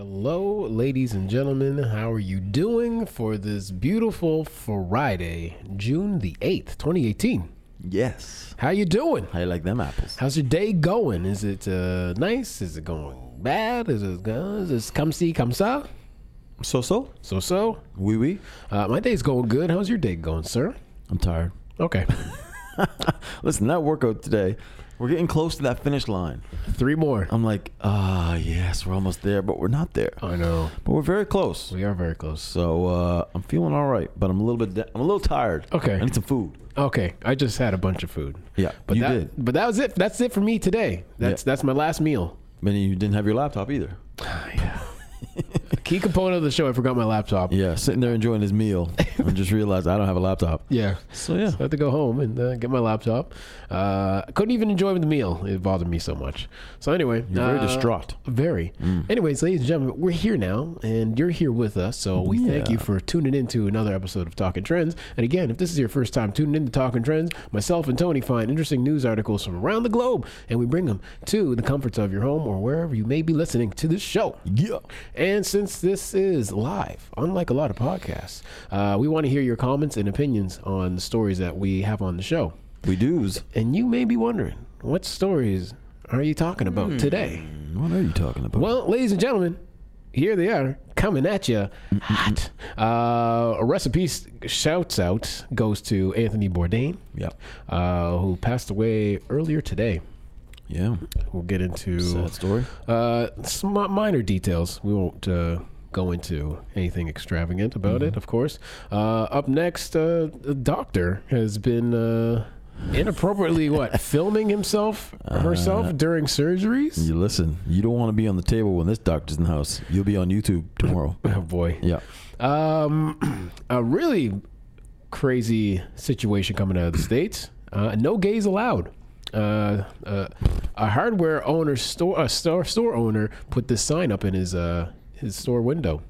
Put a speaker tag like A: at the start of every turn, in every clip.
A: Hello, ladies and gentlemen. How are you doing for this beautiful Friday, June the 8th, 2018?
B: Yes.
A: How you doing?
B: How you like them apples?
A: How's your day going? Is it uh, nice? Is it going bad? Is it good? Is it come see, come saw?
B: So so.
A: So so.
B: Wee wee.
A: Uh, my day's going good. How's your day going, sir?
B: I'm tired.
A: Okay.
B: Listen, that workout today. We're getting close to that finish line.
A: Three more.
B: I'm like, ah, yes, we're almost there, but we're not there.
A: I know.
B: But we're very close.
A: We are very close.
B: So uh, I'm feeling all right, but I'm a little bit. Da- I'm a little tired.
A: Okay.
B: I need some food.
A: Okay, I just had a bunch of food.
B: Yeah,
A: But
B: you
A: that,
B: did.
A: But that was it. That's it for me today. That's that's my last meal.
B: But you didn't have your laptop either.
A: Key component of the show, I forgot my laptop.
B: Yeah, sitting there enjoying his meal, and just realized I don't have a laptop.
A: Yeah.
B: So yeah.
A: So I had to go home and uh, get my laptop. Uh, I couldn't even enjoy the meal. It bothered me so much. So anyway,
B: You're very
A: uh,
B: distraught. Mm.
A: Very. Anyways, ladies and gentlemen, we're here now, and you're here with us. So we thank
B: Yeah.
A: you for tuning in to another episode of Talking Trends. And again, if this is your first time tuning in to Talking Trends, myself and Tony find interesting news articles from around the globe, and we bring them to the comforts of your home or wherever you may be listening to this show.
B: Yeah.
A: And since this is live, unlike a lot of podcasts, uh, we want to hear your comments and opinions on the stories that we have on the show.
B: We do's.
A: And you may be wondering, what stories are you talking about today?
B: What are you talking about?
A: Well, ladies and gentlemen, here they are coming at you hot. Uh, a recipe s- shouts out goes to Anthony Bourdain,
B: Yeah.
A: uh, who passed away earlier today.
B: Yeah.
A: We'll get into
B: Sad story.
A: uh, some mi- minor details. We won't uh, go into anything extravagant about
B: Mm-hmm.
A: it, of course. Uh, up next, uh, a doctor has been uh, inappropriately what filming himself
B: Uh,
A: herself during surgeries.
B: You listen. You don't want to be on the table when this doctor's in the house. You'll be on YouTube tomorrow.
A: Oh boy!
B: yeah.
A: Um, a really crazy situation coming out of the states. Uh, no gays allowed. Uh, uh, a hardware owner store a store store owner put this sign up in his uh, his store window.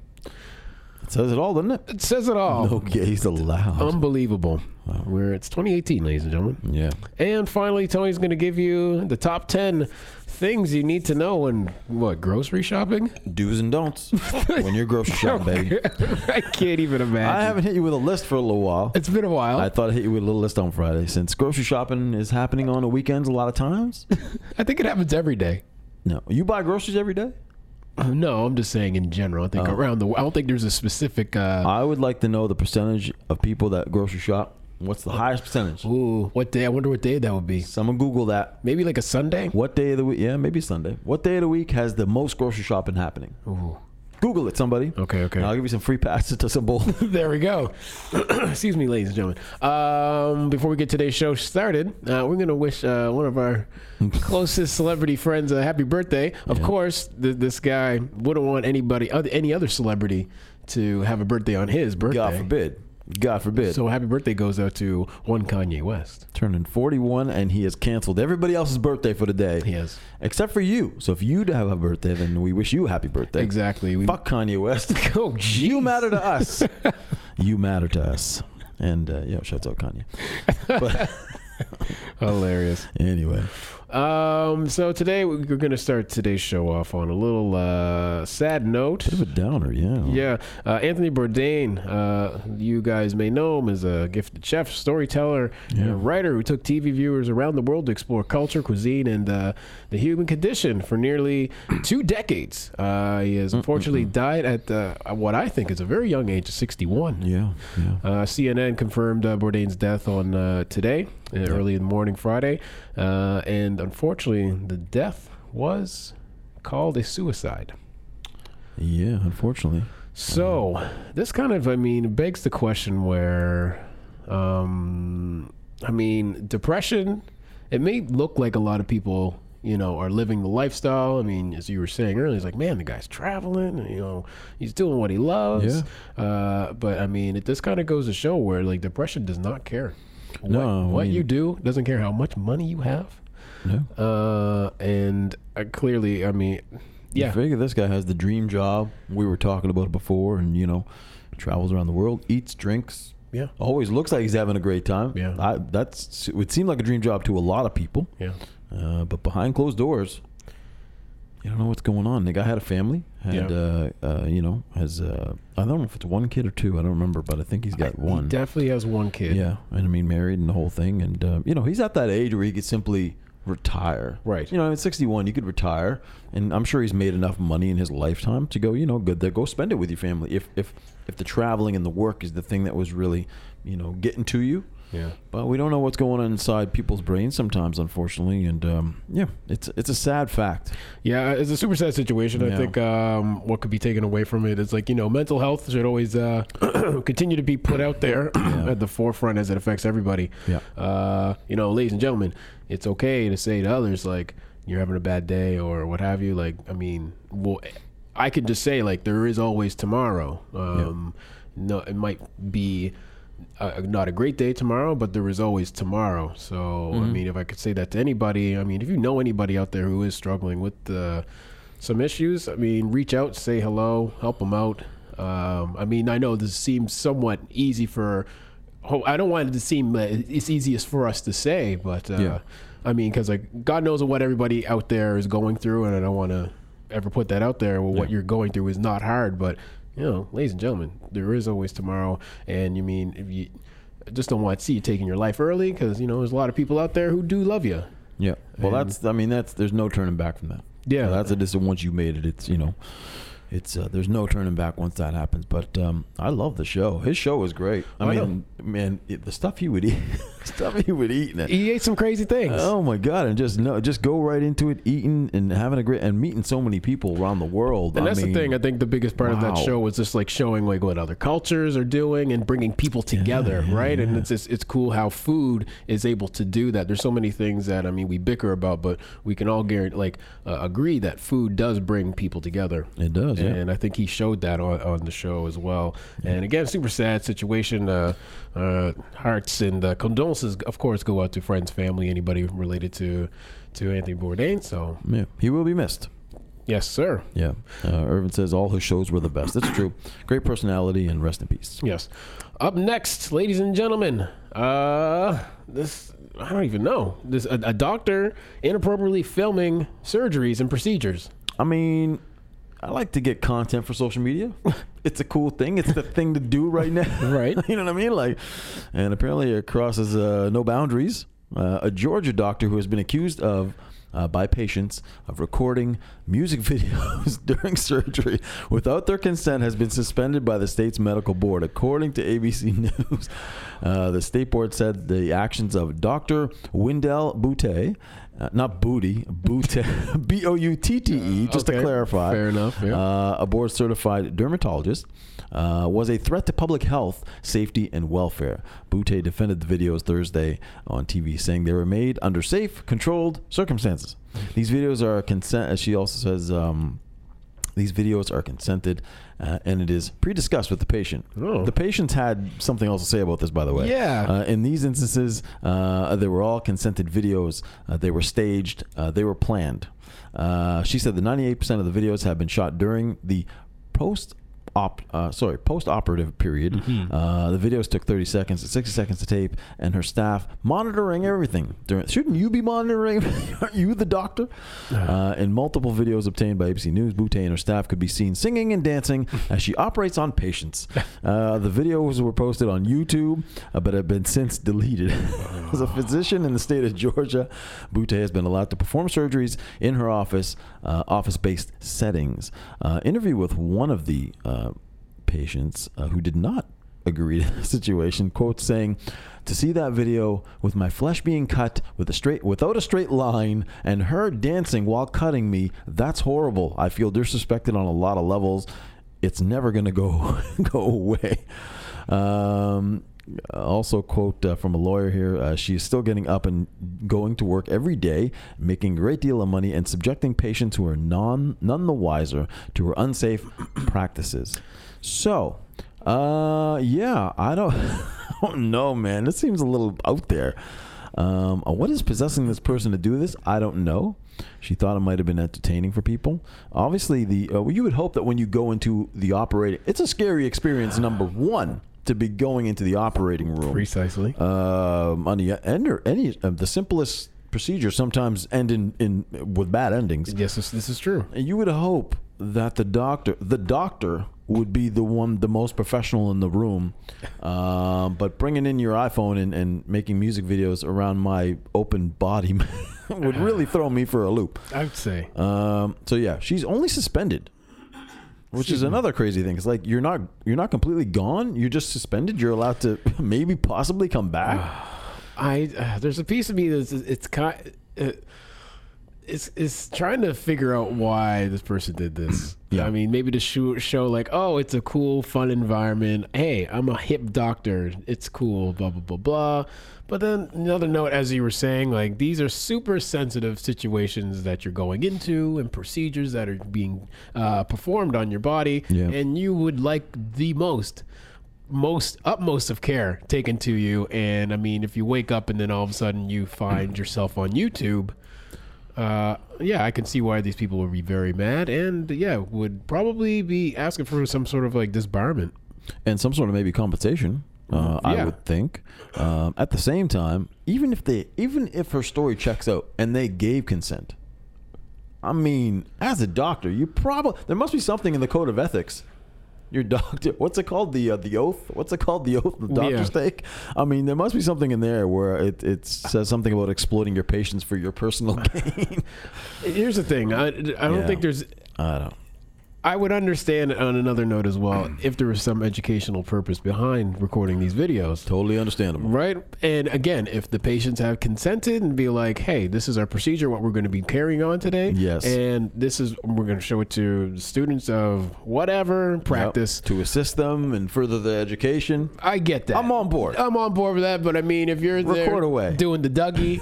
B: It says it all, doesn't it?
A: It says it all.
B: No gays allowed.
A: Unbelievable. Where it's 2018, ladies and gentlemen.
B: yeah.
A: And finally, Tony's going to give you the top 10 things you need to know when what grocery shopping.
B: Do's and don'ts when you're grocery shopping, baby.
A: I can't even
B: I
A: imagine.
B: haven't hit you with a list for a little while.
A: It's been a while.
B: I
A: I,
B: thought I'd hit you with a little list on Friday since grocery shopping is happening on the weekends a lot of times.
A: think it happens every day.
B: No. You buy groceries every day?
A: No, I'm just saying in general. I think
B: Oh.
A: around the. I don't think there's a specific. Uh,
B: I would like to know the percentage of people that grocery shop. What's the highest percentage?
A: ooh, what day? I wonder what day that would be.
B: Someone Google that.
A: Maybe like a Sunday.
B: What day of the week? Yeah, maybe Sunday. What day of the week has the most grocery shopping happening?
A: Ooh.
B: Google it, somebody.
A: Okay, okay.
B: And I'll give you some free passes to some bowl.
A: There we go. Excuse me, ladies and gentlemen. Um, before we get today's show started, uh, we're going to wish uh, one of our closest celebrity friends a happy birthday. Of course, th- this guy wouldn't want anybody, other, any other celebrity, to have a birthday on his birthday.
B: God forbid. God forbid.
A: So happy birthday goes out to one Kanye West.
B: Turning 41, and he has canceled everybody else's birthday for the day.
A: He has.
B: Except for you. So if you have a birthday, then we wish you a happy birthday.
A: Exactly. We,
B: Fuck Kanye West.
A: Oh, jeez.
B: you matter to us. you matter to us. And uh, yeah, shouts out Kanye. But
A: Hilarious.
B: anyway,
A: Um, so today we- we're going to start today's show off on a little uh, sad note.
B: bit of a downer, yeah.
A: Yeah, uh, Anthony Bourdain. Uh, you guys may know him as a gifted chef, storyteller, and a
B: Yeah.
A: writer who took TV viewers around the world to explore culture, cuisine, and uh, the human condition for nearly two decades. Uh, he has unfortunately died at uh, what I think is a very young age of 61.
B: Yeah. Yeah.
A: Uh, CNN confirmed uh, Bourdain's death on uh, today, uh, early in the morning Friday, uh, and unfortunately, the death was called a suicide.
B: Yeah, unfortunately.
A: So this kind of, I mean, begs the question where, um, I mean, depression. It may look like a lot of people, you know, are living the lifestyle. I mean, as you were saying earlier, it's like, man, the guy's traveling. You know, he's doing what he loves. Uh, but I mean, it just kind of goes to show where like depression does not care. What,
B: No, I
A: what
B: mean-
A: you do doesn't care how much money you have.
B: No.
A: Uh, and uh, clearly, I mean,
B: You
A: yeah,
B: figure this guy has the dream job we were talking about it before, and you know, travels around the world, eats, drinks,
A: yeah,
B: always looks like he's having a great time.
A: Yeah.
B: I, that's it would seem like a dream job to a lot of people,
A: yeah.
B: uh, but behind closed doors, you don't know what's going on. The guy had a family, had uh, uh, you know has uh, I don't know if it's one kid or two. I don't remember, but I think he's got one.
A: He definitely has one kid.
B: Yeah, and I mean married and the whole thing, and uh, you know he's at that age where he could simply retire.
A: Right.
B: You know, at 61, you could retire, and I'm sure he's made enough money in his lifetime to go. You know, good there. Go spend it with your family. If if if the traveling and the work is the thing that was really, you know, getting to you.
A: Yeah.
B: But we don't know what's going on inside people's brains sometimes, unfortunately, and um, yeah, it's it's a sad fact.
A: Yeah, it's a super sad situation. I
B: Yeah.
A: think um, what could be taken away from it is like you know, mental health should always uh, continue to be put out there at the forefront as it affects everybody.
B: Yeah.
A: Uh, you know, ladies and gentlemen, it's okay to say to others like you're having a bad day or what have you. Like, I mean, well, I can just say like there is always tomorrow. Um, No, it might be. Uh, not a great day tomorrow, but there is always tomorrow. So I mean, if I could say that to anybody, I mean, if you know anybody out there who is struggling with uh, some issues, I mean, reach out, say hello, help them out. Um, I mean, I know this seems somewhat easy for. ho- I don't want it to seem that it's easiest for us to say, but uh,
B: Yeah.
A: I mean, because like God knows what everybody out there is going through, and I don't want to ever put that out there. Well, what
B: Yeah.
A: you're going through is not hard, but you know, ladies and gentlemen, there is always tomorrow. And you mean if you I just don't want to see you taking your life early because you know there's a lot of people out there who do love you.
B: Yeah. Well, that's I mean that's there's no turning back from that.
A: Yeah.
B: that's a decision once you made it. It's you know, it's uh, there's no turning back once that happens. But um, I love the show. His show was great. I,
A: I
B: mean, man, it, the stuff he would eat, stuff he would eat. In it.
A: He ate some crazy things.
B: Oh my god! And just no, just go right into it, eating and having a great and meeting so many people around the world.
A: and
B: I
A: that's
B: mean,
A: the thing. I think the biggest part of that
B: wow.
A: show was just like showing like what other cultures are doing and bringing people together, right? And it's just, it's cool how food is able to do that. There's so many things that I mean we bicker about, but we can all guarantee like uh, agree that food does bring people together.
B: It does. Yeah.
A: and I think he showed that on, on the show as well. And again, super sad situation. Uh, uh, hearts and uh, condolences, of course, go out to friends, family, anybody related to to Anthony Bourdain. So,
B: yeah. He will be missed.
A: yes, sir.
B: Yeah. Uh, Irvin says all his shows were the best. It's true. Great personality and rest in peace.
A: Yes. Up next, ladies and gentlemen, uh, this I don't even know. This a, a doctor inappropriately filming surgeries and procedures.
B: I mean, I like to get content for social media. It's a cool thing. It's the thing to do right now.
A: Right.
B: you know what I mean? Like, and apparently it crosses uh, no boundaries. Uh, a Georgia doctor who has been accused of. Uh, by patients of recording music videos during surgery without their consent has been suspended by the state's medical board, according to ABC News. Uh, the state board said the actions of Dr. Wendell Boutte, uh, not Booty, Boutte, B O U T T E, just
A: Okay,
B: to clarify,
A: fair enough, yeah.
B: uh, a board certified dermatologist, uh, was a threat to public health, safety, and welfare. Boutte defended the videos Thursday on TV, saying they were made under safe, controlled circumstances. These videos are consent, as she also says. Um, these videos are consented, uh, and it is pre-discussed with the patient.
A: Oh.
B: The patients had something else to say about this, by the way.
A: Yeah.
B: Uh, in these instances, uh, they were all consented videos. Uh, they were staged. Uh, they were planned. Uh, she said the 98% of the videos have been shot during the post. Op, uh, sorry, post-operative period. Uh, the videos took 30 seconds, 60 seconds to tape, and her staff monitoring everything. During, shouldn't you be monitoring? Aren't you the doctor? Uh, in multiple videos obtained by ABC News, Boutte and her staff could be seen singing and dancing as she operates on patients. Uh, the videos were posted on YouTube, uh, but have been since deleted. As a physician in the state of Georgia, Boutte has been allowed to perform surgeries in her office, uh, office-based settings. Uh, interview with one of the uh, patients uh, who did not agree to the situation quote saying to see that video with my flesh being cut with a straight without a straight line and her dancing while cutting me that's horrible i feel disrespected on a lot of levels it's never going to go go away um also quote uh, from a lawyer here uh, she is still getting up and going to work every day making a great deal of money and subjecting patients who are non none the wiser to her unsafe practices so uh yeah i don't i don't know man this seems a little out there um, uh, what is possessing this person to do this? I don't know. She thought it might have been entertaining for people. Obviously, the uh, well, you would hope that when you go into the operating, it's a scary experience. Number one, to be going into the operating room,
A: Precisely.
B: um, on the end or any of the simplest procedures sometimes end in, in with bad endings.
A: yes, this, this is true.
B: And you would hope that the doctor the doctor would be the one the most professional in the room uh, but bringing in your iphone and, and making music videos around my open body would really throw me for a loop
A: I'd say.
B: um, so yeah she's only suspended which is another crazy thing it's like you're not you're not completely gone you're just suspended you're allowed to maybe possibly come back
A: I uh, there's a piece of me that's it's uh, kind it, it's it's trying to figure out why this person did this.
B: Yeah.
A: I mean, maybe to show, show like, oh, it's a cool, fun environment. Hey, I'm a hip doctor. It's cool. Blah blah blah blah. But then another note, as you were saying, like these are super sensitive situations that you're going into and procedures that are being uh, performed on your body,
B: Yeah.
A: and you would like the most most utmost of care taken to you and i mean if you wake up and then all of a sudden you find yourself on youtube uh, yeah i can see why these people would be very mad and yeah would probably be asking for some sort of like disbarment
B: and some sort of maybe compensation uh, I
A: Mm-hmm. Yeah.
B: would think. Um, at the same time, even if they, even if her story checks out and they gave consent, I mean, as a doctor, you probably there must be something in the code of ethics. Your doctor, what's it called? The uh, the oath. What's it called? The oath the doctors
A: Yeah.
B: take. I mean, there must be something in there where it, it says something about exploiting your patients for your personal gain.
A: here's the thing i, I don't
B: Yeah.
A: think there's
B: I don't.
A: I would understand on another note as well if there was some educational purpose behind recording these videos.
B: Totally understandable.
A: Right. And again, if the patients have consented and be like, hey, this is our procedure, what we're going to be carrying on today.
B: Yes.
A: And this is, we're going to show it to students of whatever practice.
B: Yep. to assist them and further their education.
A: I get that.
B: I'm on board.
A: I'm on board with that. But I mean, if you're there
B: Record away.
A: doing the Dougie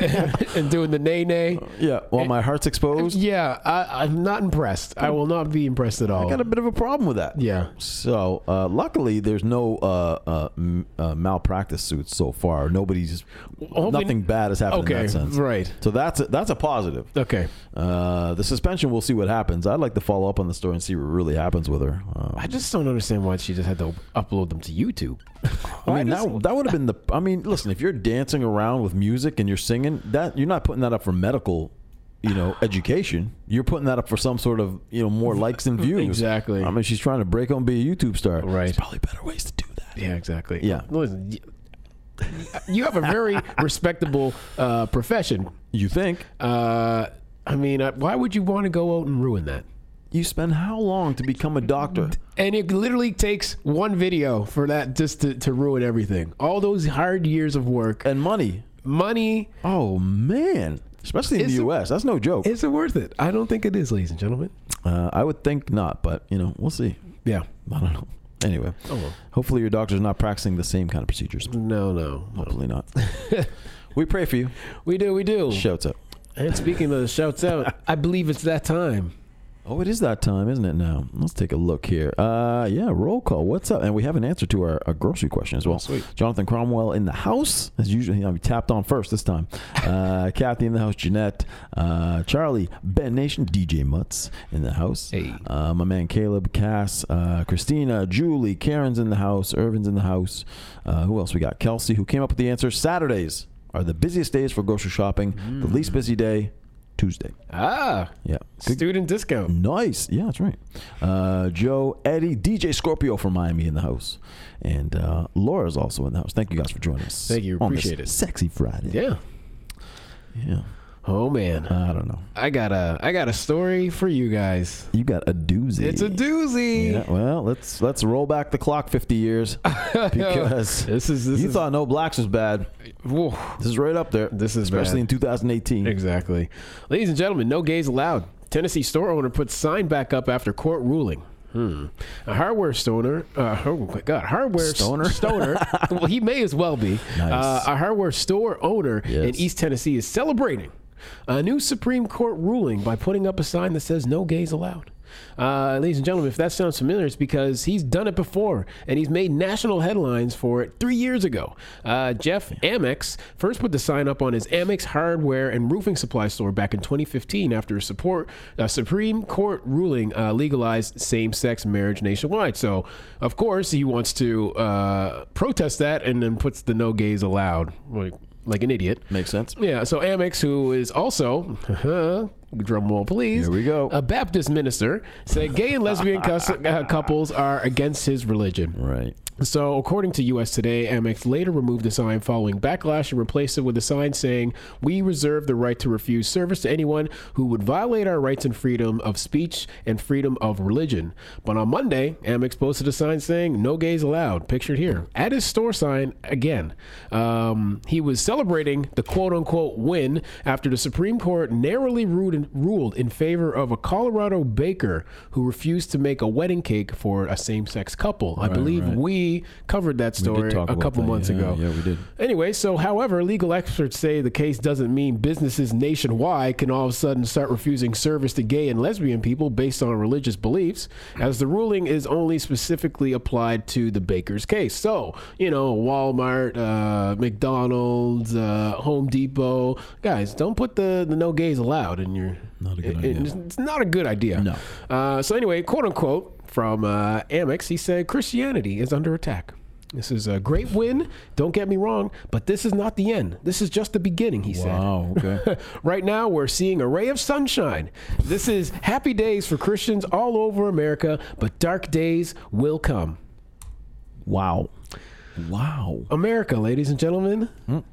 A: and doing the nay nay,
B: Yeah,
A: eh,
B: while my heart's exposed,
A: yeah, I, I'm not impressed. I will not be impressed at all.
B: I got a bit of a problem with that.
A: yeah.
B: So uh, luckily, there's no uh, uh, m- uh, malpractice suits so far. Nobody's
A: hopefully-
B: nothing bad has happened in
A: Okay.
B: that sense.
A: Right.
B: So that's a, that's a positive.
A: Okay.
B: Uh, the suspension, we'll see what happens. I'd like to follow up on the story and see what really happens with her. Uh,
A: I just don't understand why she just had to upload them to YouTube.
B: I
A: Why
B: mean,
A: does-
B: that, that would have been the. I mean, listen, if you're dancing around with music and you're singing, that you're not putting that up for medical, you know, education. You're putting that up for some sort of, you know, more likes and views.
A: Exactly.
B: I mean, she's trying to break on be a YouTube star.
A: Right.
B: There's probably better ways to do that.
A: Yeah, exactly.
B: Yeah.
A: Listen, y- you have a very respectable uh, profession.
B: You think?
A: Uh, I mean, uh, why would you want to go out and ruin that?
B: You spend how long to become a doctor?
A: And it literally takes one video for that just to, to ruin everything. All those hard years of work,
B: And money.
A: money
B: Oh man. Especially in
A: Is
B: the
A: it-
B: U.S., that's no joke.
A: isn't worth it. I don't think it is, ladies and gentlemen.
B: Uh, I would think not, but you know, we'll see.
A: Yeah.
B: I don't know. Anyway,
A: Oh, well.
B: hopefully your doctor's not practicing the same kind of procedures.
A: No, no.
B: Hopefully not. we pray for you.
A: We do, we do.
B: Shouts out.
A: And speaking of the shouts out, I believe it's that time.
B: Oh, it is that time, isn't it now? Let's take a look here. Uh, yeah, roll call. What's up? And we have an answer to our, our grocery question as well.
A: Oh, sweet.
B: Jonathan Cromwell in the house, as usual. I'll be tapped on first this time. Uh, Kathy in the house, Jeanette, uh, Charlie, Ben Nation, DJ Mutz in the house.
A: Hey.
B: Uh, my man Caleb, Cass, uh, Christina, Julie, Karen's in the house, Irvin's in the house. Uh, who else we got? Kelsey, who came up with the answer. Saturdays are the busiest days for grocery shopping.
A: Hmm.
B: The least busy day, Tuesday.
A: Ah,
B: Yeah. Good
A: student discount.
B: Nice. Yeah, that's right. Uh, Joe, Eddie, DJ Scorpio from Miami in the house. And uh, Laura's also in the house. Thank you guys for joining us.
A: Thank you.
B: on this
A: Appreciate it.
B: Sexy Friday.
A: Yeah.
B: Yeah.
A: Oh, man.
B: I don't know.
A: I got a I got a story for you guys.
B: You got a doozy.
A: It's a doozy.
B: Yeah, well, let's let's roll back the clock 50 years because
A: This is this
B: you
A: is
B: thought no blacks was bad.
A: woof.
B: This is right up there.
A: This is
B: especially in 2018.
A: exactly. Ladies and gentlemen, no gays allowed. Tennessee store owner puts sign back up after court ruling. Hmm. A hardware stoner. Uh, oh my God, hardware s-
B: Stoner?
A: Stoner. well, he may as well be.
B: Nice.
A: Uh, a hardware store owner in
B: Yes.
A: East Tennessee is celebrating a new Supreme Court ruling by putting up a sign that says "No gays allowed." Uh, ladies and gentlemen, if that sounds familiar, it's because he's done it before and he's made national headlines for it three years ago. Uh, Jeff Amex first put the sign up on his Amex hardware and roofing supply store back in 2015 after a support a Supreme Court ruling uh, legalized same-sex marriage nationwide. So, of course, he wants to uh, protest that and then puts the "No gays allowed" like like an idiot.
B: Makes sense.
A: Yeah, so Amex, who is also drum roll, please.
B: Here we go.
A: A Baptist minister said gay and lesbian cous- uh, couples are against his religion.
B: Right.
A: So, according to US Today, Amex later removed the sign following backlash and replaced it with a sign saying, We reserve the right to refuse service to anyone who would violate our rights and freedom of speech and freedom of religion. But on Monday, Amex posted a sign saying, No gays allowed, pictured here. At his store sign, again, um, he was celebrating the quote unquote win after the Supreme Court narrowly ruled in, ruled in favor of a Colorado baker who refused to make a wedding cake for a same sex couple. I believe
B: right.
A: we covered that story
B: talk
A: a
B: about
A: couple
B: that,
A: months
B: yeah,
A: ago.
B: yeah, we did.
A: Anyway, so however, legal experts say the case doesn't mean businesses nationwide can all of a sudden start refusing service to gay and lesbian people based on religious beliefs, as the ruling is only specifically applied to the Baker's case. So, you know, Walmart, uh, McDonald's, uh, Home Depot, guys, don't put the, the no gays allowed in your.
B: Not a good
A: in-
B: idea.
A: in- it's not a good idea.
B: No.
A: Uh, so anyway, quote unquote from uh, Amex, he said Christianity is under attack. This is a great win. Don't get me wrong, but this is not the end. This is just the beginning. He
B: Wow. Okay.
A: said. right now, we're seeing a ray of sunshine. This is happy days for Christians all over America, but dark days will come.
B: wow. Wow.
A: America, ladies and gentlemen,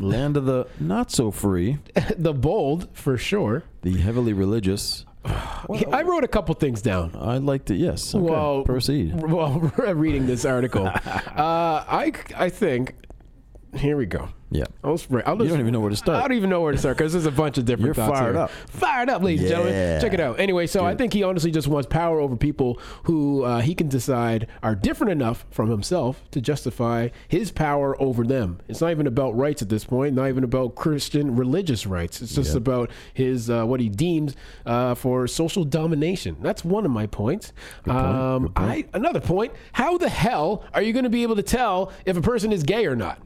B: Land of the not so free,
A: the bold for sure.
B: the heavily religious.
A: I wrote a couple things down.
B: I'd like to. Yes. Okay.
A: Well,
B: proceed.
A: r- Well, reading this article, uh, I I think here we go.
B: Yeah.
A: I'll just, I'll just,
B: don't even know where to start.
A: I don't even know where to start because there's a bunch of different
B: You're
A: thoughts
B: fired
A: here.
B: up.
A: Fired up, ladies and
B: Yeah.
A: gentlemen. Check it out. Anyway, so I think he honestly just wants power over people who uh, he can decide are different enough from himself to justify his power over them. It's not even about rights at this point, not even about Christian religious rights. It's just about his uh, what he deems uh, for social domination. That's one of my points. Um, I, another point: How the hell are you going to be able to tell if a person is gay or not?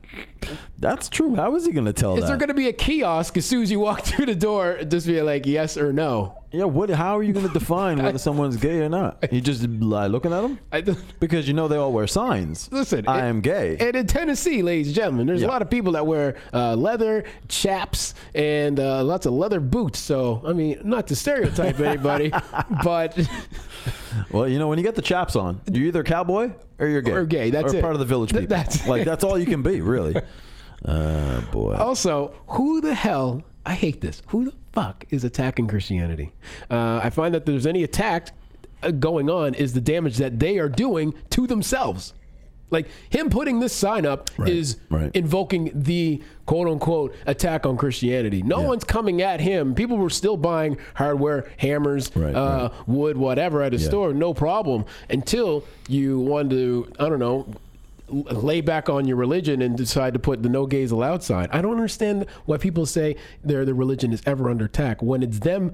B: That's true. How is he going to tell
A: Is
B: that?
A: there going to be a kiosk as soon as you walk through the door? Just be like yes or no.
B: yeah. What? How are you going to define whether someone's gay or not? You just lie looking at them
A: I,
B: because you know they all wear signs.
A: Listen,
B: I
A: it-
B: am gay.
A: and in Tennessee, ladies and gentlemen, there's
B: Yeah.
A: a lot of people that wear uh, leather chaps and uh, lots of leather boots. So I mean, not to stereotype anybody, but
B: well, you know when you get the chaps on, you're either a cowboy or you're gay.
A: Or gay, that's
B: or
A: it.
B: part of the village
A: Th-
B: people.
A: that's
B: like
A: it.
B: that's all you can be, really. Uh, boy.
A: also, who the hell? I hate this. Who the fuck is attacking Christianity? Uh, I find that there's any attack uh, going on is the damage that they are doing to themselves. Like him putting this sign up is
B: right.
A: invoking the quote unquote attack on Christianity. No one's coming at him. People were still buying hardware, hammers,
B: Right,
A: uh, wood, whatever at a store, no problem. Until you wanted to, I don't know, l- lay back on your religion and decide to put the no gays allowed sign. I don't understand why people say their their religion is ever under attack when it's them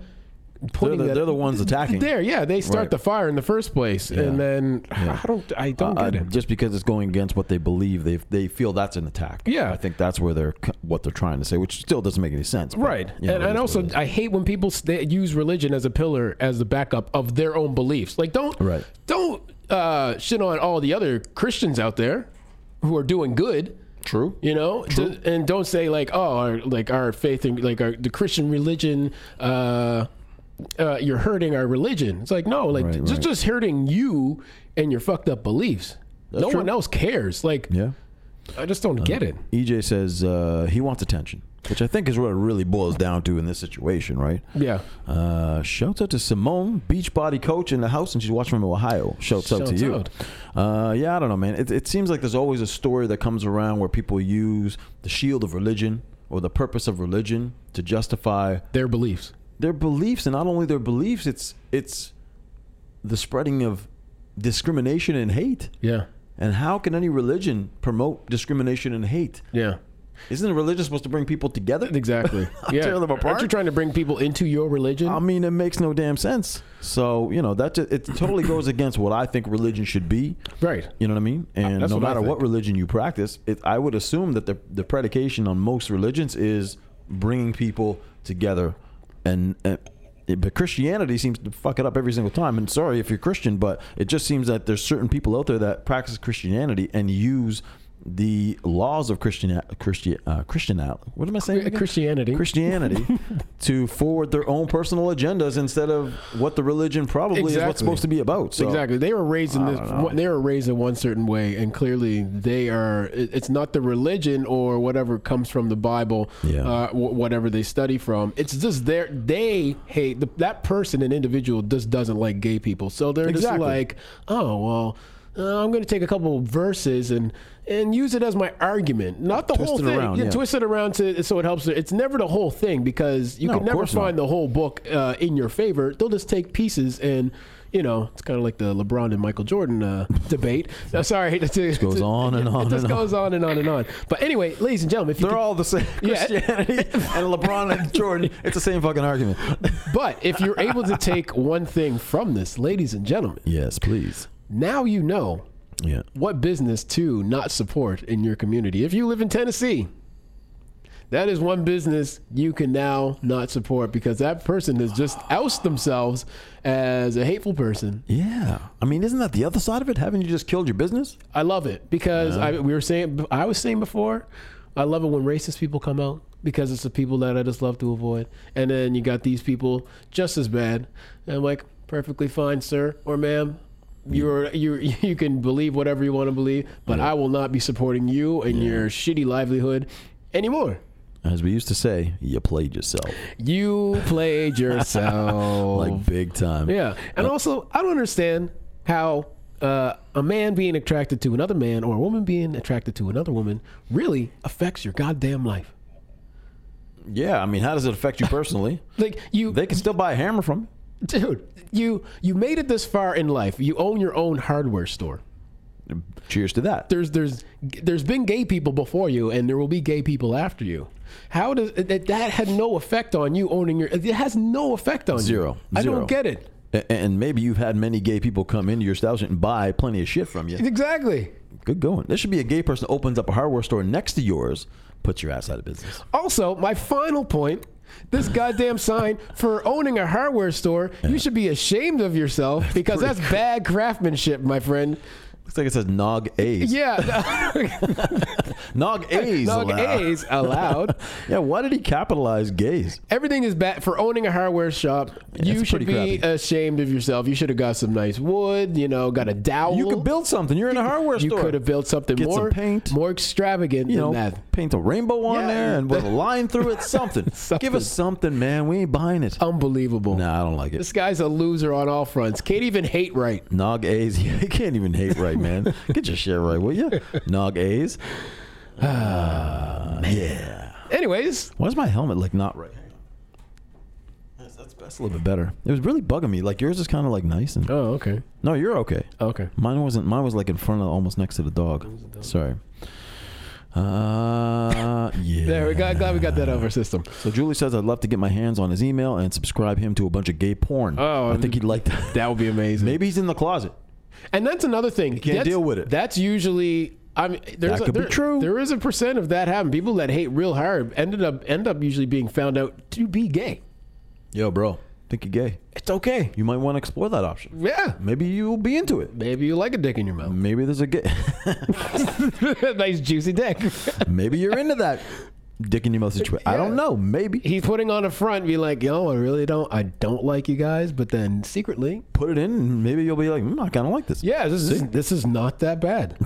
B: they're,
A: putting
B: the,
A: that,
B: they're the ones attacking.
A: there. Yeah, they start
B: Right.
A: the fire in the first place, and then I don't I don't
B: Uh,
A: get it.
B: just because it's going against what they believe, they they feel that's an attack.
A: Yeah.
B: I think that's where they're c- what they're trying to say, which still doesn't make any sense. but,
A: Right,
B: you know,
A: and,
B: it
A: and
B: is
A: also
B: what it
A: I hate when people s- they use religion as a pillar as the backup of their own beliefs. Like don't
B: Right.
A: don't uh, shit on all the other Christians out there who are doing good.
B: is. true.
A: You know, to- and don't say like, oh, our, like our faith and like our the Christian religion. Uh, uh, you're hurting our religion. It's like no, like
B: Right,
A: just
B: right.
A: just hurting you and your fucked up beliefs. no
B: true.
A: one else cares. Like
B: Yeah. Uh-huh.
A: I just don't get it.
B: EJ E says uh, he wants attention, which I think is what it really boils down to in this situation, right?
A: Yeah.
B: Uh, shouts out to Simone, Beachbody coach in the house, and she's watching from Ohio. Shouts, out to
A: Shouts
B: you.
A: out.
B: Uh, yeah, I don't know, man. It, it seems like there's always a story that comes around where people use the shield of religion or the purpose of religion to justify
A: Their beliefs.
B: their beliefs, and not only their beliefs, it's it's the spreading of discrimination and hate.
A: Yeah.
B: And how can any religion promote discrimination and hate?
A: Yeah.
B: Isn't religion supposed to bring people together?
A: Exactly. yeah.
B: Tear them apart?
A: Aren't you trying to bring people into your religion?
B: I mean, it makes no damn sense. So you know that just, it totally goes against what I think religion should be.
A: right. Uh,
B: You know what I mean? And
A: that's
B: no
A: what I
B: matter what
A: think.
B: religion you practice, it, I would assume that the the predication on most religions is bringing people together, and. and it- but Christianity seems to fuck it up every single time. And sorry if you're Christian, but it just seems that there's certain people out there that practice Christianity and use the laws of Christian Christian uh, Christian what am I saying? again?
A: Christianity.
B: Christianity to forward their own personal agendas instead of what the religion probably is
A: Exactly.
B: what's supposed to be about. So
A: exactly. They were raised in
B: I
A: this.
B: don't know.
A: one- They were raised in one certain way, and clearly they are. it- It's not the religion or whatever comes from the Bible,
B: Yeah.
A: uh, wh- whatever they study from. It's just their. They hate the, that person, an individual, just doesn't like gay people. So they're just
B: Exactly.
A: like, oh well. Uh, I'm going to take a couple of verses and and use it as my argument, not the
B: Twist
A: whole
B: it
A: thing.
B: around, yeah.
A: Twist it around to so it helps. It's never the whole thing because you
B: No,
A: can
B: of
A: never
B: course not.
A: find the whole book uh, in your favor. They'll just take pieces and. You know, it's kind of like the LeBron and Michael Jordan uh, debate. Uh, sorry, it just
B: goes on and on
A: It just
B: and on.
A: goes on and on and on. But anyway, ladies and gentlemen, if you
B: they're
A: could-
B: all the same.
A: Yeah.
B: Christianity and LeBron and Jordan, it's the same fucking argument.
A: but if you're able to take one thing from this, ladies and gentlemen,
B: yes, please.
A: now you know
B: Yeah.
A: what business to not support in your community. If you live in Tennessee, that is one business you can now not support because that person has just ousted themselves as a hateful person.
B: Yeah. I mean, isn't that the other side of it? Haven't you just killed your business?
A: I love it because I, we were saying I was saying before, I love it when racist people come out because it's the people that I just love to avoid, and then you got these people just as bad. And I'm like, perfectly fine, sir or ma'am. You're you you can believe whatever you want to believe, but I will not be supporting you and your shitty livelihood anymore.
B: As we used to say, you played yourself.
A: You played yourself.
B: Like big time.
A: Yeah,
B: Uh,
A: and also I don't understand how uh, a man being attracted to another man or a woman being attracted to another woman really affects your goddamn life.
B: Yeah. I mean, how does it affect you personally?
A: Like you,
B: they can still buy a hammer from
A: dude, you you made it this far in life. You own your own hardware store.
B: you. Cheers to that.
A: There's there's there's been gay people before you, and there will be gay people after you. How does that that had no effect on you owning your? It has no effect on
B: Zero.
A: you. I
B: Zero.
A: don't get it.
B: A- And maybe you've had many gay people come into your establishment and buy plenty of shit from you.
A: Exactly.
B: Good going. There should be a gay person that opens up a hardware store next to yours, puts your ass out of business.
A: Also, my final point this goddamn sign for owning a hardware store, you should be ashamed of yourself because that's bad craftsmanship, my friend.
B: Looks like it says Nog A's.
A: Yeah.
B: Nog A's.
A: Dog
B: allowed.
A: A's allowed.
B: Yeah, why did he capitalize gays?
A: Everything is bad for owning a hardware shop. you
B: it's
A: should be
B: pretty crappy.
A: ashamed of yourself. You should have got some nice wood, you know, got a dowel.
B: You could build something. You're in a hardware
A: You
B: store.
A: could have built something
B: Get some
A: more
B: paint.
A: more extravagant
B: you
A: than
B: know,
A: that.
B: paint a rainbow on
A: Yeah.
B: there and with a line through it. Something.
A: Something. Oh.
B: Give us something, man. We ain't buying it.
A: Unbelievable.
B: Nah, I don't like it.
A: This guy's a loser on all fronts. Can't even hate right.
B: Nog A's. Yeah, you can't even hate right, man. Get your shit right, will you? Nog A's. Ah, yeah.
A: Anyways,
B: Why does my helmet like not right? Yes, that's best. A little bit better. It was really bugging me. Like yours is kind of like nice and
A: oh okay.
B: no, you're okay.
A: Okay.
B: Mine wasn't. Mine was like in front of, almost next to the dog. Sorry. Uh, yeah.
A: There we go. Glad we got that out of our system.
B: So Julie says I'd love to get my hands on his email and subscribe him to a bunch of gay porn.
A: Oh,
B: I think he'd like that.
A: That would be amazing.
B: Maybe he's in the closet.
A: And that's another thing. You
B: can't deal with it.
A: That's usually. I mean, there's
B: That
A: a,
B: could be
A: there-
B: true.
A: There is a percent of that happening. People that hate real hard ended up end up usually being found out to be gay.
B: Yo, bro, think you're gay?
A: It's okay.
B: You might want to explore that option.
A: Yeah.
B: Maybe you'll be into it.
A: Maybe you like a dick in your mouth.
B: Maybe there's a gay.
A: nice juicy dick.
B: Maybe you're into that dick in your mouth situation. I don't know. Maybe
A: He's putting on a front, be like, yo, I really don't, I don't like you guys, but then secretly,
B: put it in, and maybe you'll be like, mm, I kind of like this.
A: yeah, this is this is not that bad.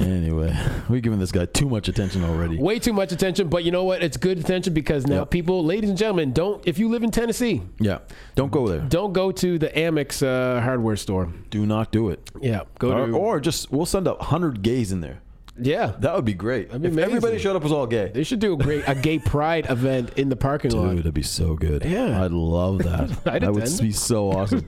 B: Anyway, we're giving this guy too much attention already.
A: Way too much attention, but you know what? It's good attention because now
B: Yep.
A: people, ladies and gentlemen, don't if you live in Tennessee,
B: Yeah, don't go there.
A: Don't go to the Amex uh, hardware store.
B: Do not do it.
A: Yeah, go
B: Or,
A: to
B: or just we'll send up hundred gays in there.
A: yeah.
B: That would be great.
A: be
B: if everybody
A: amazing.
B: showed up as all gay.
A: They should do a great a gay pride event in the parking
B: Dude,
A: lot.
B: that'd be so good.
A: Yeah.
B: I'd love that.
A: I'd
B: that would
A: attend.
B: be so awesome.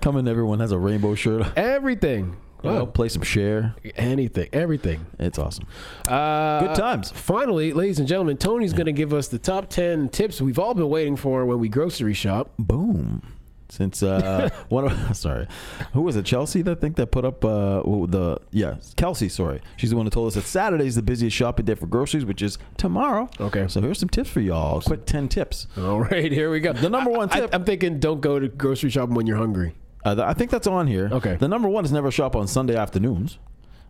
B: Come in, everyone has a rainbow shirt. on.
A: Everything,
B: You know,
A: Wow.
B: play some share.
A: anything, everything.
B: It's awesome.
A: Uh,
B: Good times.
A: Finally, ladies and gentlemen, Tony's going to give us the top ten tips we've all been waiting for when we grocery shop.
B: Boom. Since uh, one of sorry, who was it? Chelsea, I think that put up uh, who- the yeah Kelsey. Sorry, she's the one who told us that Saturday is the busiest shopping day for groceries, which is tomorrow.
A: Okay.
B: So here's some tips for y'all. Quick ten tips.
A: All right, here we go. The
B: number one tip-
A: I, am thinking: don't go to grocery shopping when you're hungry.
B: Uh, th- I think that's on here.
A: Okay.
B: The number one is never shop on Sunday afternoons.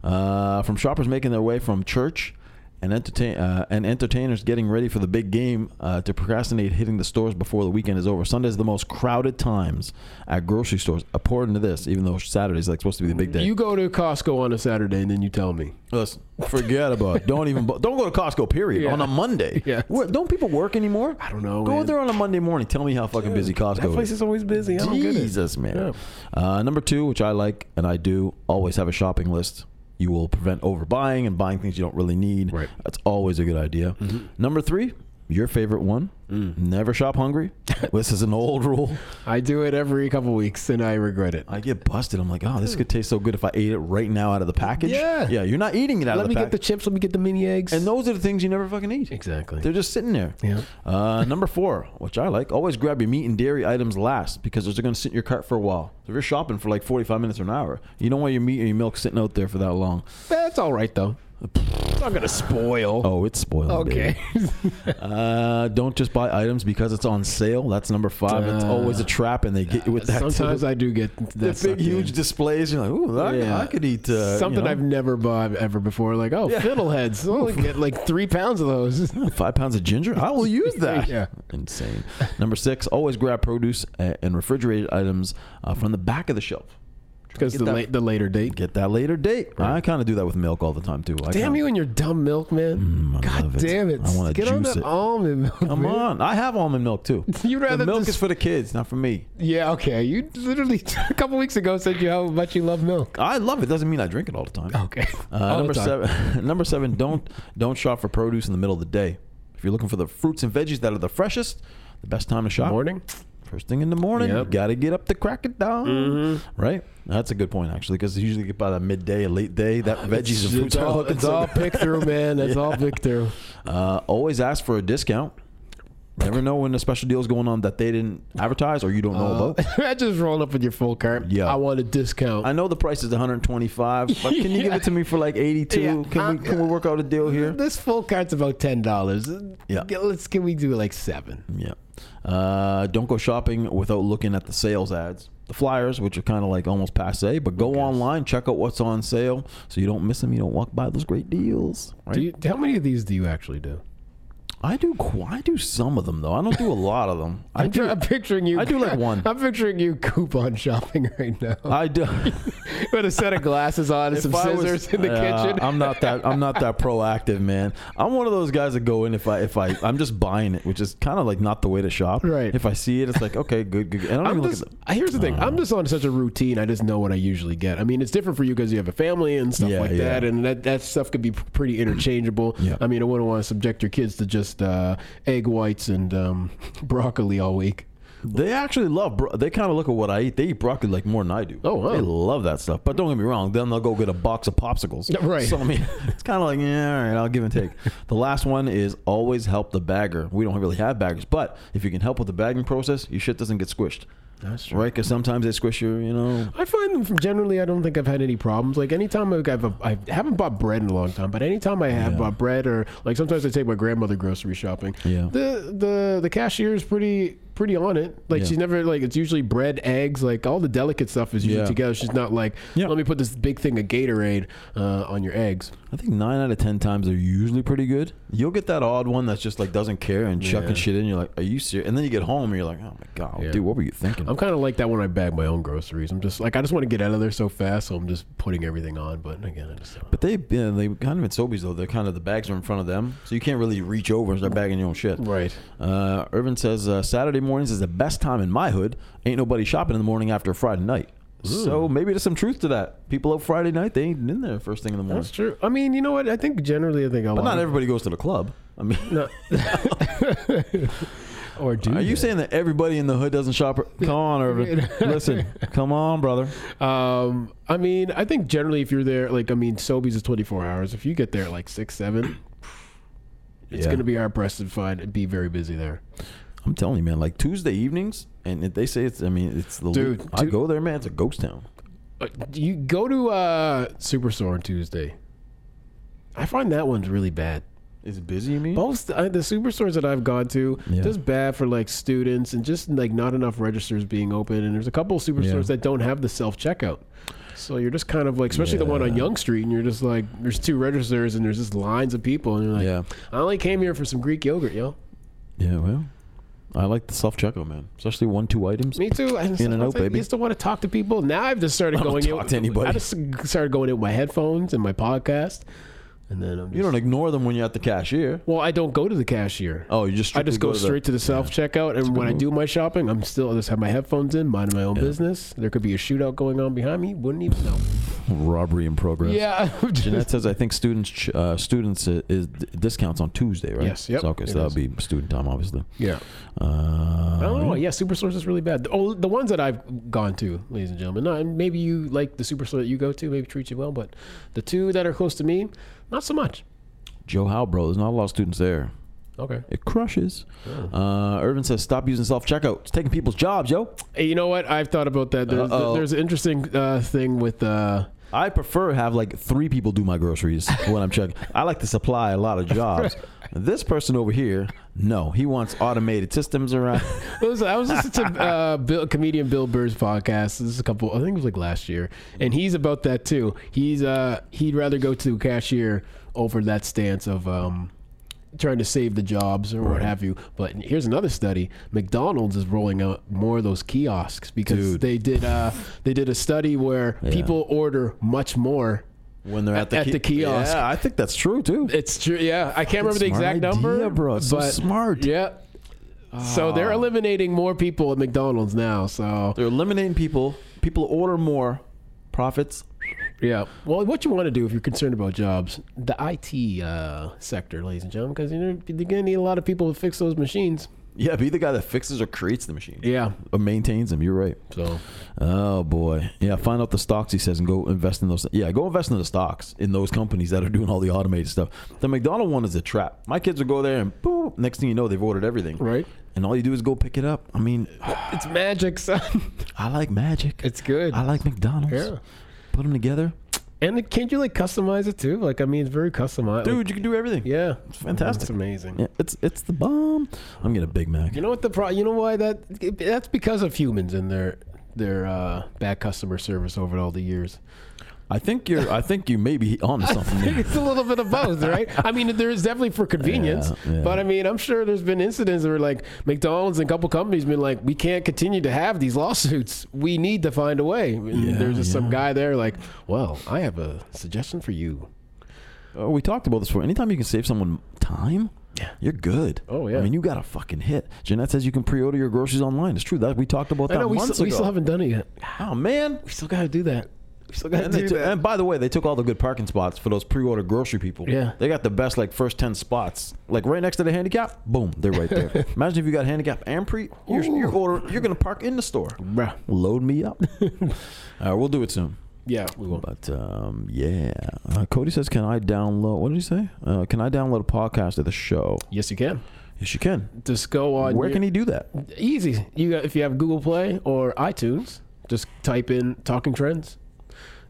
B: Uh, from shoppers making their way from church and entertain uh, and entertainers getting ready for the big game uh, to procrastinate hitting the stores before the weekend is over. Sunday's the most crowded times at grocery stores. According to this, even though Saturday's like supposed to be the big day.
A: You go to Costco on a Saturday and then you tell me.
B: Listen, forget about it. Don't even. bu- Don't go to Costco. Period.
A: Yeah.
B: On a Monday.
A: Yeah.
B: Where- don't people work anymore?
A: I don't know,
B: Go
A: man.
B: there on a Monday morning. Tell me how fucking busy Costco
A: That place
B: is.
A: is always busy. I don't get it.
B: Jesus, man. Uh, number two, which I like and I do, always have a shopping list. You will prevent overbuying and buying things you don't really need.
A: Right. Mm-hmm.
B: That's always a good idea. Number three, your favorite one.
A: Mm.
B: Never shop hungry. this is an old rule.
A: I do it every couple weeks and I regret it.
B: I get busted. I'm like, oh, this could taste so good if I ate it right now out of the package.
A: Yeah.
B: Yeah, you're not eating it out
A: Let
B: of
A: me
B: the
A: get the
B: package.
A: chips. Let me get the mini eggs.
B: and those are the things you never fucking eat.
A: exactly.
B: They're just sitting there.
A: Yeah.
B: Uh, number four, which I like, always grab your meat and dairy items last because those are going to sit in your cart for a while. So if you're shopping for like 45 minutes or an hour, you don't want your meat or your milk sitting out there for that long.
A: That's all right though. It's not gonna spoil.
B: Oh, it's spoiled.
A: okay.
B: Uh, don't just buy items because it's on sale. That's number five. it's
A: Uh,
B: always a trap, and they get you with that. too.
A: Sometimes I do get that.
B: the big,
A: sucked
B: huge
A: in.
B: displays. You're like, ooh, that,
A: Yeah.
B: I could eat uh, you
A: Something
B: know,
A: I've never bought ever before. Like oh, fiddleheads. I'll only get like three pounds of those.
B: Oh, Five pounds of ginger? I will use that.
A: Yeah.
B: Insane. Number six, always grab produce uh, and refrigerated items uh, from the back of the shelf.
A: Because the
B: that-
A: late, the later date.
B: Get that later date. I kind of do that with milk all the time too. I
A: Damn
B: kinda-
A: you and your dumb milk, man.
B: Mm, I
A: God
B: love it.
A: damn it.
B: I wanna
A: Get on
B: juice
A: that
B: it.
A: almond milk.
B: Come
A: man.
B: on, I have almond milk too.
A: You'd rather
B: the milk
A: just-
B: is for the kids, not for me.
A: Yeah, okay. You literally a couple weeks ago said you how much you love milk.
B: I love it. Doesn't mean I drink it all the time.
A: Okay.
B: Uh, number seven. number seven. Don't don't shop for produce in the middle of the day. If you're looking for the fruits and veggies that are the freshest, the best time to shop.
A: Morning.
B: First thing in the morning, you
A: Yep. Mm-hmm.
B: got to get up the crack of dawn. Right? That's a good point, actually, because usually get by the midday, late day, that veggies and
A: Ah, It's
B: fruits are
A: all,
B: looking
A: it's
B: so
A: all
B: good.
A: pick through, man. That's all pick through.
B: Uh, always ask for a discount. Never know when a special deal is going on that they didn't advertise or you don't know about.
A: Uh, I just roll up with your full cart.
B: Yeah.
A: I want a discount.
B: I know the price is 125, but can you give it to me for like 82?
A: Yeah.
B: Can we can we work out a deal here?
A: this full cart's about ten dollars.
B: Yeah.
A: Let's can we do like seven?
B: Yeah. Uh, don't go shopping without looking at the sales ads, the flyers, which are kind of like almost passe. But go online, check out what's on sale, so you don't miss them. You don't walk by those great deals. Right?
A: Do you, how many of these do you actually do?
B: I do. qu- I do some of them though. I don't do a lot of them. I
A: I'm,
B: do.
A: try, I'm picturing you.
B: I do like one.
A: I'm picturing you coupon shopping right now.
B: I do.
A: Put a set of glasses on and some
B: If I was-
A: scissors in the
B: Yeah,
A: kitchen.
B: I'm not that I'm not that proactive, man. I'm one of those guys that go in if I if I I'm just buying it, which is kind of like not the way to shop.
A: Right.
B: If I see it, it's like okay, good, good. good. And I don't
A: I'm
B: even
A: just,
B: look at Uh.
A: I- here's the thing. I'm just on such a routine. I just know what I usually get. I mean, it's different for you because you have a family and stuff
B: Yeah,
A: like
B: yeah.
A: that, and that, that stuff could be p- pretty interchangeable.
B: Yeah.
A: I mean, I wouldn't want to subject your kids to just uh, egg whites and um, broccoli all week.
B: the. They actually love. Bro- they kind of look at what I eat. They eat broccoli like more than I do.
A: Oh, wow.
B: they love that stuff. But don't get me wrong. Then they'll go get a box of popsicles.
A: Yeah, right.
B: So I mean, it's kind of like yeah, all right. I'll give and take. the last one is always help the bagger. We don't really have baggers, but if you can help with the bagging process, your shit doesn't get squished.
A: That's
B: Right, because sometimes they squish your, you know,
A: I find them from generally. I don't think I've had any problems. Like anytime I've, I've I haven't bought bread in a long time, but anytime I have bought bread or like sometimes I take my grandmother grocery shopping.
B: Yeah.
A: The the the cashier is pretty pretty on it. Like
B: Yeah.
A: she's never like it's usually bread, eggs, like all the delicate stuff is usually
B: Yeah.
A: together. She's not like
B: Yeah.
A: let me put this big thing of Gatorade uh, on your eggs.
B: I think nine out of ten times they're usually pretty good. You'll get that odd one that's just like doesn't care and chucking
A: Yeah.
B: shit in. You're like, are you serious? And then you get home and you're like, oh my god,
A: Yeah.
B: dude, what were you thinking?
A: I'm kind of like that when I bag my own groceries. I'm just like I just want to get out of there so fast, so I'm just putting everything on. But again, I just
B: but they, yeah, they kind of in Sobeys though. They're kind of the bags are in front of them, so you can't really reach over and start bagging your own shit.
A: right.
B: Uh, Irvin says uh, Saturday mornings is the best time in my hood. Ain't nobody shopping in the morning after a Friday night. So maybe there's some truth to that. People out Friday night, they ain't in there first thing in the morning.
A: That's true. I mean, you know what? I think generally, I think a
B: but
A: lot.
B: not
A: of-
B: everybody goes to the club. I mean,
A: No. or do
B: are you
A: they?
B: saying that everybody in the hood doesn't shop? Come on, Irvin. Listen, come on, brother.
A: Um, I mean, I think generally, if you're there, like, I mean, Sobeys is 24 hours. If you get there at like six, seven, it's
B: Yeah.
A: gonna be hard pressed to find be very busy there.
B: I'm telling you, man. Like Tuesday evenings, and if they say it's. I mean, it's the.
A: Dude,
B: I
A: dude.
B: go there, man. It's a ghost town.
A: Uh, You go to uh Superstore on Tuesday. I find that one's really bad.
B: Is it busy? You mean?
A: Most uh, the superstores that I've gone to,
B: Yeah.
A: just bad for like students and just like not enough registers being open. And there's a couple of superstores
B: Yeah.
A: that don't have the self checkout. So you're just kind of like, especially the one on
B: Yeah.
A: Young Street, and you're just like, there's two registers and there's just lines of people, and you're like,
B: yeah.
A: I only came here for some Greek yogurt, yo.
B: Yeah, well, I like the self checkout, man. Especially one, two items.
A: Me too. I just,
B: In and
A: I
B: out,
A: was like,
B: baby.
A: I used to want to talk to people. Now I've just started
B: I don't
A: going in.
B: talk to anybody.
A: I just started going in with my headphones and my podcast, and then I'm just,
B: You don't ignore them when you're at the cashier.
A: Well, I don't go to the cashier.
B: Oh, you just
A: I just
B: strictly
A: go,
B: to the-
A: straight to the self checkout, and when I
B: move.
A: do my shopping, I'm still I just have my headphones in, minding my own business. There could be a shootout going on behind me. Wouldn't even know.
B: robbery in progress.
A: Yeah. I'm just-
B: Jeanette says, I think students ch- uh, students uh, is d- discounts on Tuesday, right?
A: Yes, yep,
B: So, okay, so
A: it
B: that'll
A: is.
B: be student time, obviously.
A: yeah.
B: Uh,
A: I don't know. Oh, Yeah, Superstores is really bad. The, oh, the ones that I've gone to, ladies and gentlemen. Not, and maybe you like the Superstore that you go to, maybe treat you well, but the two that are close to me, not so much.
B: Joe Howe, bro. There's not a lot of students there.
A: Okay.
B: It crushes.
A: Oh.
B: Uh, Irvin says, stop using self checkout. It's taking people's jobs, yo.
A: Hey, you know what? I've thought about that. There's,
B: Uh-oh.
A: there's an interesting uh, thing with. Uh,
B: I prefer have like three people do my groceries when I'm checking. I like to supply a lot of jobs. This person over here, no, he wants automated systems around.
A: It was, I was listening to uh, Bill, comedian Bill Burr's podcast. This is a couple, I think it was like last year, and he's about that too. He's uh, he'd rather go to cashier over that stance of um, trying to save the jobs or what have you. But here's another study: McDonald's is rolling out more of those kiosks because
B: Dude.
A: they did uh, they did a study where people order much more.
B: when they're at the
A: At the kiosk.
B: Yeah, I think that's true too.
A: It's true, yeah. I can't remember the
B: smart
A: exact number,
B: idea, bro. It's so
A: but
B: smart.
A: yeah. So they're eliminating more people at McDonald's now. So
B: They're eliminating people. People order more. Profits.
A: Yeah. Well, what you want to do if you're concerned about jobs, the IT uh, sector, ladies and gentlemen, because you know, you're going to need a lot of people to fix those machines.
B: Yeah, be the guy that fixes or creates the machine.
A: Yeah.
B: Or maintains them. You're right.
A: So,
B: Oh boy. Yeah, find out the stocks he says and go invest in those. Yeah, go invest in the stocks in those companies that are doing all the automated stuff. The McDonald one is a trap. My kids will go there and boom, next thing you know they've ordered everything.
A: right?
B: And all you do is go pick it up. I mean,
A: It's magic, son.
B: I like magic.
A: It's good.
B: I like McDonald's.
A: Yeah.
B: Put them together.
A: And it, can't you like customize it too? Like, I mean, it's very customized.
B: Dude, you can do everything.
A: yeah. It's
B: fantastic.
A: It's amazing.
B: Yeah, it's it's the bomb. I'm getting a Big Mac.
A: You know what the pro? You know why that? That's because of humans and their their uh, bad customer service over all the years.
B: I think you're I think you may be onto something. there.
A: it's a little bit of both, right? I mean, there is definitely for convenience,
B: Yeah, yeah.
A: but I mean, I'm sure there's been incidents where like McDonald's and a couple companies been like, we can't continue to have these lawsuits. We need to find a way. And
B: Yeah,
A: there's just some
B: yeah.
A: guy there like, well, I have a suggestion for you.
B: Uh, we talked about this before. Anytime you can save someone time,
A: Yeah.
B: you're good.
A: Oh, yeah.
B: I mean, you got a fucking hit. Jeanette says you can pre-order your groceries online. It's true that we talked about
A: I
B: that
A: know we
B: months
A: still, we
B: ago.
A: still haven't done it yet.
B: oh man.
A: We still got to do that. We still got to
B: And, they
A: do
B: took-
A: that.
B: and by the way, they took all the good parking spots for those pre-order grocery people.
A: Yeah.
B: they got the best like first ten spots, like right next to the handicap. Boom, they're right there. Imagine if you got handicap and pre, you're, you're order, you're gonna park in the store.
A: Bruh.
B: Load me up. uh, we'll do it soon.
A: Yeah, we will.
B: But um, yeah, uh, Cody says, "Can I download? What did he say? Uh, can I download a podcast of the show?
A: Yes, you can.
B: Yes, you can.
A: Just go on.
B: Where
A: your-
B: can he do that?
A: Easy. You got, if you have Google Play or iTunes, just type in Talking Trends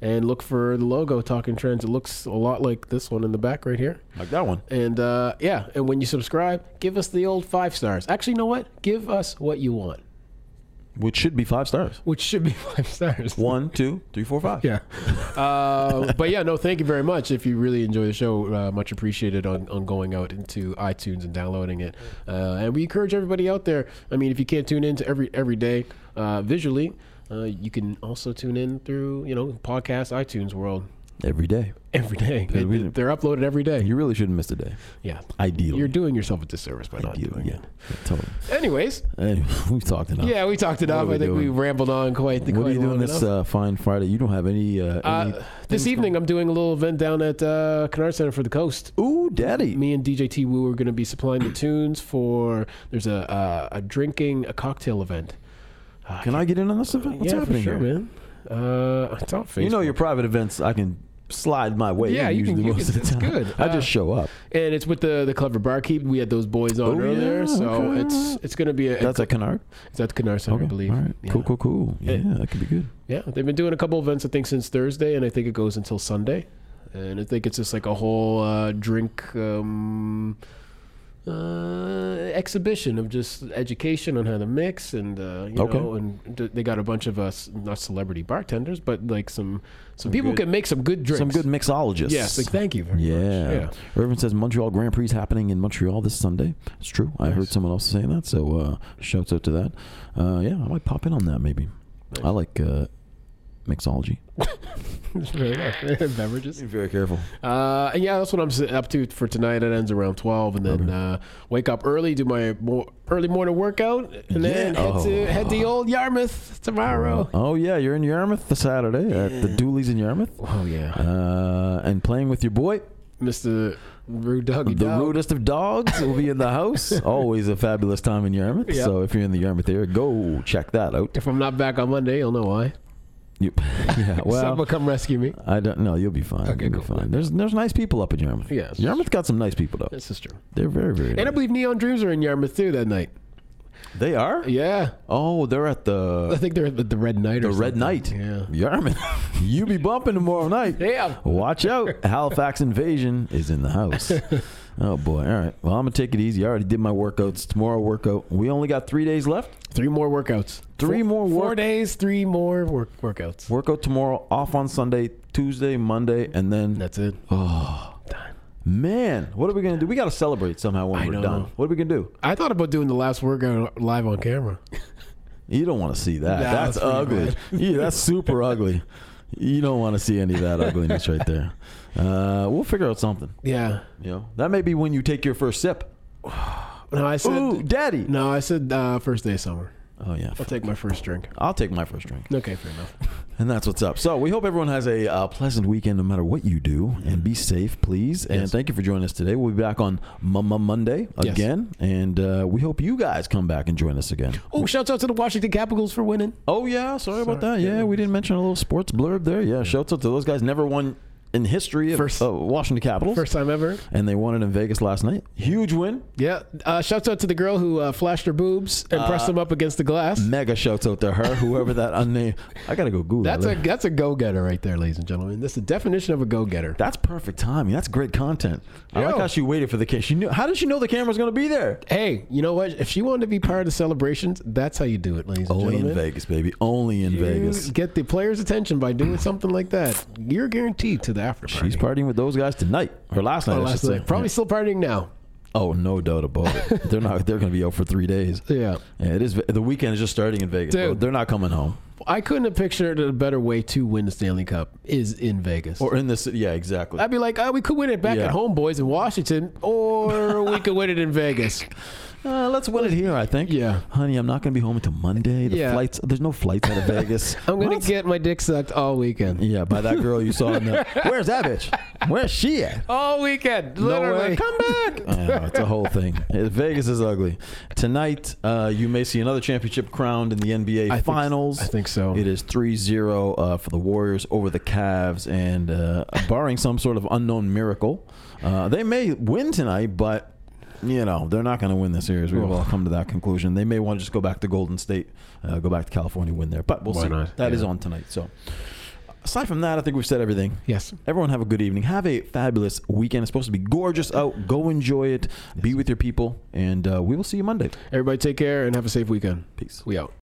A: and look for the logo Talking Trends. It looks a lot like this one in the back right here.
B: Like that one?
A: And uh, yeah, and when you subscribe, give us the old five stars. Actually, you know what? Give us what you want,
B: Which should be five stars.
A: which should be five stars.
B: One, two, three, four, five.
A: Yeah. Uh, but yeah, no, thank you very much. If you really enjoy the show, uh, much appreciated on, on going out into iTunes and downloading it. Uh, and we encourage everybody out there. I mean, if you can't tune in to every every day uh, visually, uh, you can also tune in through you know podcast iTunes world
B: Every day.
A: every day.
B: Yeah, we-
A: They, are uploaded every day.
B: You really shouldn't miss a day.
A: Yeah.
B: Ideally.
A: You're doing yourself a disservice by not
B: Ideally,
A: doing
B: yeah.
A: it.
B: Totally.
A: Anyways,
B: Anyway, we've talked enough.
A: yeah, we talked it
B: What
A: up.
B: are we
A: I think we
B: doing?
A: rambled on quite.
B: What are
A: quite
B: you doing
A: long
B: this
A: enough.
B: uh, fine Friday? You don't have any. Uh, any
A: Uh, this evening, I'm doing a little event down at uh, Canard Center for the Coast.
B: Ooh, daddy.
A: Me and DJ T Wu are going to be supplying the tunes for. There's a uh, a drinking a cocktail event. Uh,
B: Can I get in on this event? What's
A: yeah,
B: happening
A: for sure,
B: here?
A: man. Uh, it's on Facebook.
B: You know your private events. I can slide my way.
A: Yeah,
B: in
A: you can-
B: usually
A: you can-
B: most of the
A: it's
B: time.
A: good.
B: I
A: Uh,
B: just show up.
A: and it's with the the clever barkeep. We had those boys on
B: Oh,
A: earlier,
B: yeah,
A: so
B: okay.
A: it's it's going to be a,
B: That's at Canard.
A: it's at Canard Center, I believe.
B: All right.
A: Yeah.
B: Cool, cool, cool. Yeah,
A: Hey.
B: that could be good.
A: Yeah, they've been doing a couple events I think since Thursday, and I think it goes until Sunday. And I think it's just like a whole uh, drink. Um, uh, exhibition of just education on how to mix and uh, you
B: Okay.
A: know and d- they got a bunch of us not celebrity bartenders but like some some, people
B: good-
A: can make some good drinks
B: Some good mixologists.
A: yes like, thank you very
B: yeah.
A: much yeah
B: Irvin says Montreal Grand Prix is happening in Montreal this Sunday. It's true. I heard
A: Nice.
B: someone else saying that, so uh, shouts out to that. Uh, yeah, I might pop in on that maybe.
A: Nice.
B: I like uh, mixology.
A: Very nice. beverages
B: very careful.
A: uh, and yeah that's what I'm s- up to for tonight it ends around 12 and then uh, wake up early do my mo- early morning workout and then
B: Yeah.
A: head to
B: Oh.
A: head to old Yarmouth tomorrow
B: Oh yeah, you're in Yarmouth this Saturday at the Dooley's in Yarmouth,
A: oh yeah
B: uh, and playing with your boy,
A: Mr. Rude Doggy
B: the
A: Dog.
B: rudest of dogs, will be in the house. Always a fabulous time in Yarmouth.
A: Yeah.
B: So if you're in the Yarmouth area, go check that out.
A: if I'm not back on Monday you'll know why
B: You, yeah, well,
A: someone come rescue me
B: I don't know. You'll be fine.
A: Okay,
B: you'll be
A: cool.
B: fine. There's there's nice people up in Yarmouth.
A: Yes.
B: Yarmouth got some nice people though.
A: This is true.
B: They're very very.
A: And I
B: nice.
A: believe Neon Dreams are in Yarmouth too that night.
B: they are.
A: Yeah,
B: Oh, they're at
A: I
B: the
A: think they're at the Red Knight.
B: the
A: or
B: Red
A: something.
B: Knight.
A: Yeah.
B: Yarmouth. you be bumping tomorrow night.
A: Yeah.
B: Watch out. Halifax Invasion is in the house. Oh boy. All right. Well, I'm gonna take it easy. I already did my workouts. Tomorrow workout. We only got three days left.
A: Three more workouts.
B: Three
A: Four-
B: more
A: Four
B: work-
A: days. Three more work workouts.
B: Workout tomorrow. Off on Sunday, Tuesday, Monday, and then
A: That's it.
B: man, what are we gonna do? We gotta celebrate somehow when
A: I
B: we're
A: know.
B: done. What are we gonna do?
A: I thought about doing the last workout live on camera.
B: You don't want to see that.
A: Nah,
B: that's
A: that's pretty
B: ugly.
A: bad.
B: yeah, that's super ugly. You don't want to see any of that ugliness right there. Uh, we'll figure out something.
A: Yeah.
B: You know, that may be when you take your first sip.
A: No, I said.
B: Ooh, daddy.
A: No, I said uh, first day of summer.
B: Oh yeah,
A: I'll take my first drink.
B: I'll take my first drink.
A: Okay, fair enough.
B: And that's what's up. So we hope everyone has a uh, pleasant weekend, no matter what you do, and be safe, please. And
A: Yes.
B: thank you for joining us today. We'll be back on Mama Monday
A: Yes.
B: again, and uh, we hope you guys come back and join us again.
A: Oh, shouts out to the Washington Capitals for winning.
B: Oh yeah, sorry, about that.
A: Sorry.
B: Yeah, we didn't mention a little sports blurb there. Yeah, shouts out to those guys. Never won in history of
A: First-
B: uh, Washington Capitals,
A: First time ever.
B: and they won it in Vegas last night. Huge win.
A: Yeah. Uh, shouts out to the girl who uh, flashed her boobs and pressed them up against the glass.
B: Mega shouts out to her, whoever that unnamed. I gotta go Google
A: That's
B: that.
A: a that's a go getter right there, ladies and gentlemen. That's the definition of a go getter.
B: That's perfect timing. That's great content. I like
A: Yo.
B: how she waited for the case. She knew. How did she know the camera's gonna be there?
A: Hey, you know what? If she wanted to be part of the celebrations, that's how you do it, ladies and
B: Only
A: gentlemen.
B: in Vegas, baby. Only in
A: You
B: Vegas.
A: Get the players' attention by doing something like that. You're guaranteed to the after party.
B: She's partying with those guys tonight or last night.
A: Or
B: I
A: last
B: should say.
A: night. Probably
B: Yeah.
A: still partying now.
B: Oh, no doubt about it. they're not. They're gonna be out for three days.
A: Yeah.
B: Yeah, it is. The weekend is just starting in Vegas. bro.
A: Dude.
B: They're not coming home
A: I couldn't have pictured a better way to win the Stanley Cup is in Vegas.
B: or in this. Yeah, exactly.
A: I'd be like, oh, we could win it back
B: Yeah.
A: at home, boys, in Washington, or we could win it in Vegas.
B: Uh, let's win it here. I think.
A: Yeah.
B: honey, I'm not gonna be home until Monday. The
A: Yeah.
B: flights. There's no flights out of Vegas.
A: I'm going
B: What?
A: to get my dick sucked all weekend.
B: Yeah, by that girl you saw. In the, where's that bitch? Where's she at?
A: All weekend.
B: No
A: Literally.
B: way.
A: Come back.
B: I know, it's a whole thing. Uh, Vegas is ugly. Tonight, uh, you may see another championship crowned in the NBA
A: I think-
B: Finals.
A: I think so.
B: It is 3 0 uh, for the Warriors over the Cavs, and uh, barring some sort of unknown miracle, uh, they may win tonight, but. You know they're not going to win this series. We've all come to that conclusion. They may want to just go back to Golden State, uh, go back to California, win there. But we'll
A: Why
B: see. That is
A: not? Yeah.
B: on tonight. So, aside from that, I think we've said everything.
A: Yes.
B: Everyone have a good evening. Have a fabulous weekend. It's supposed to be gorgeous out. Go enjoy it. Be with your people, and uh, we will see you Monday.
A: Everybody take care and have a safe weekend.
B: Peace.
A: We out.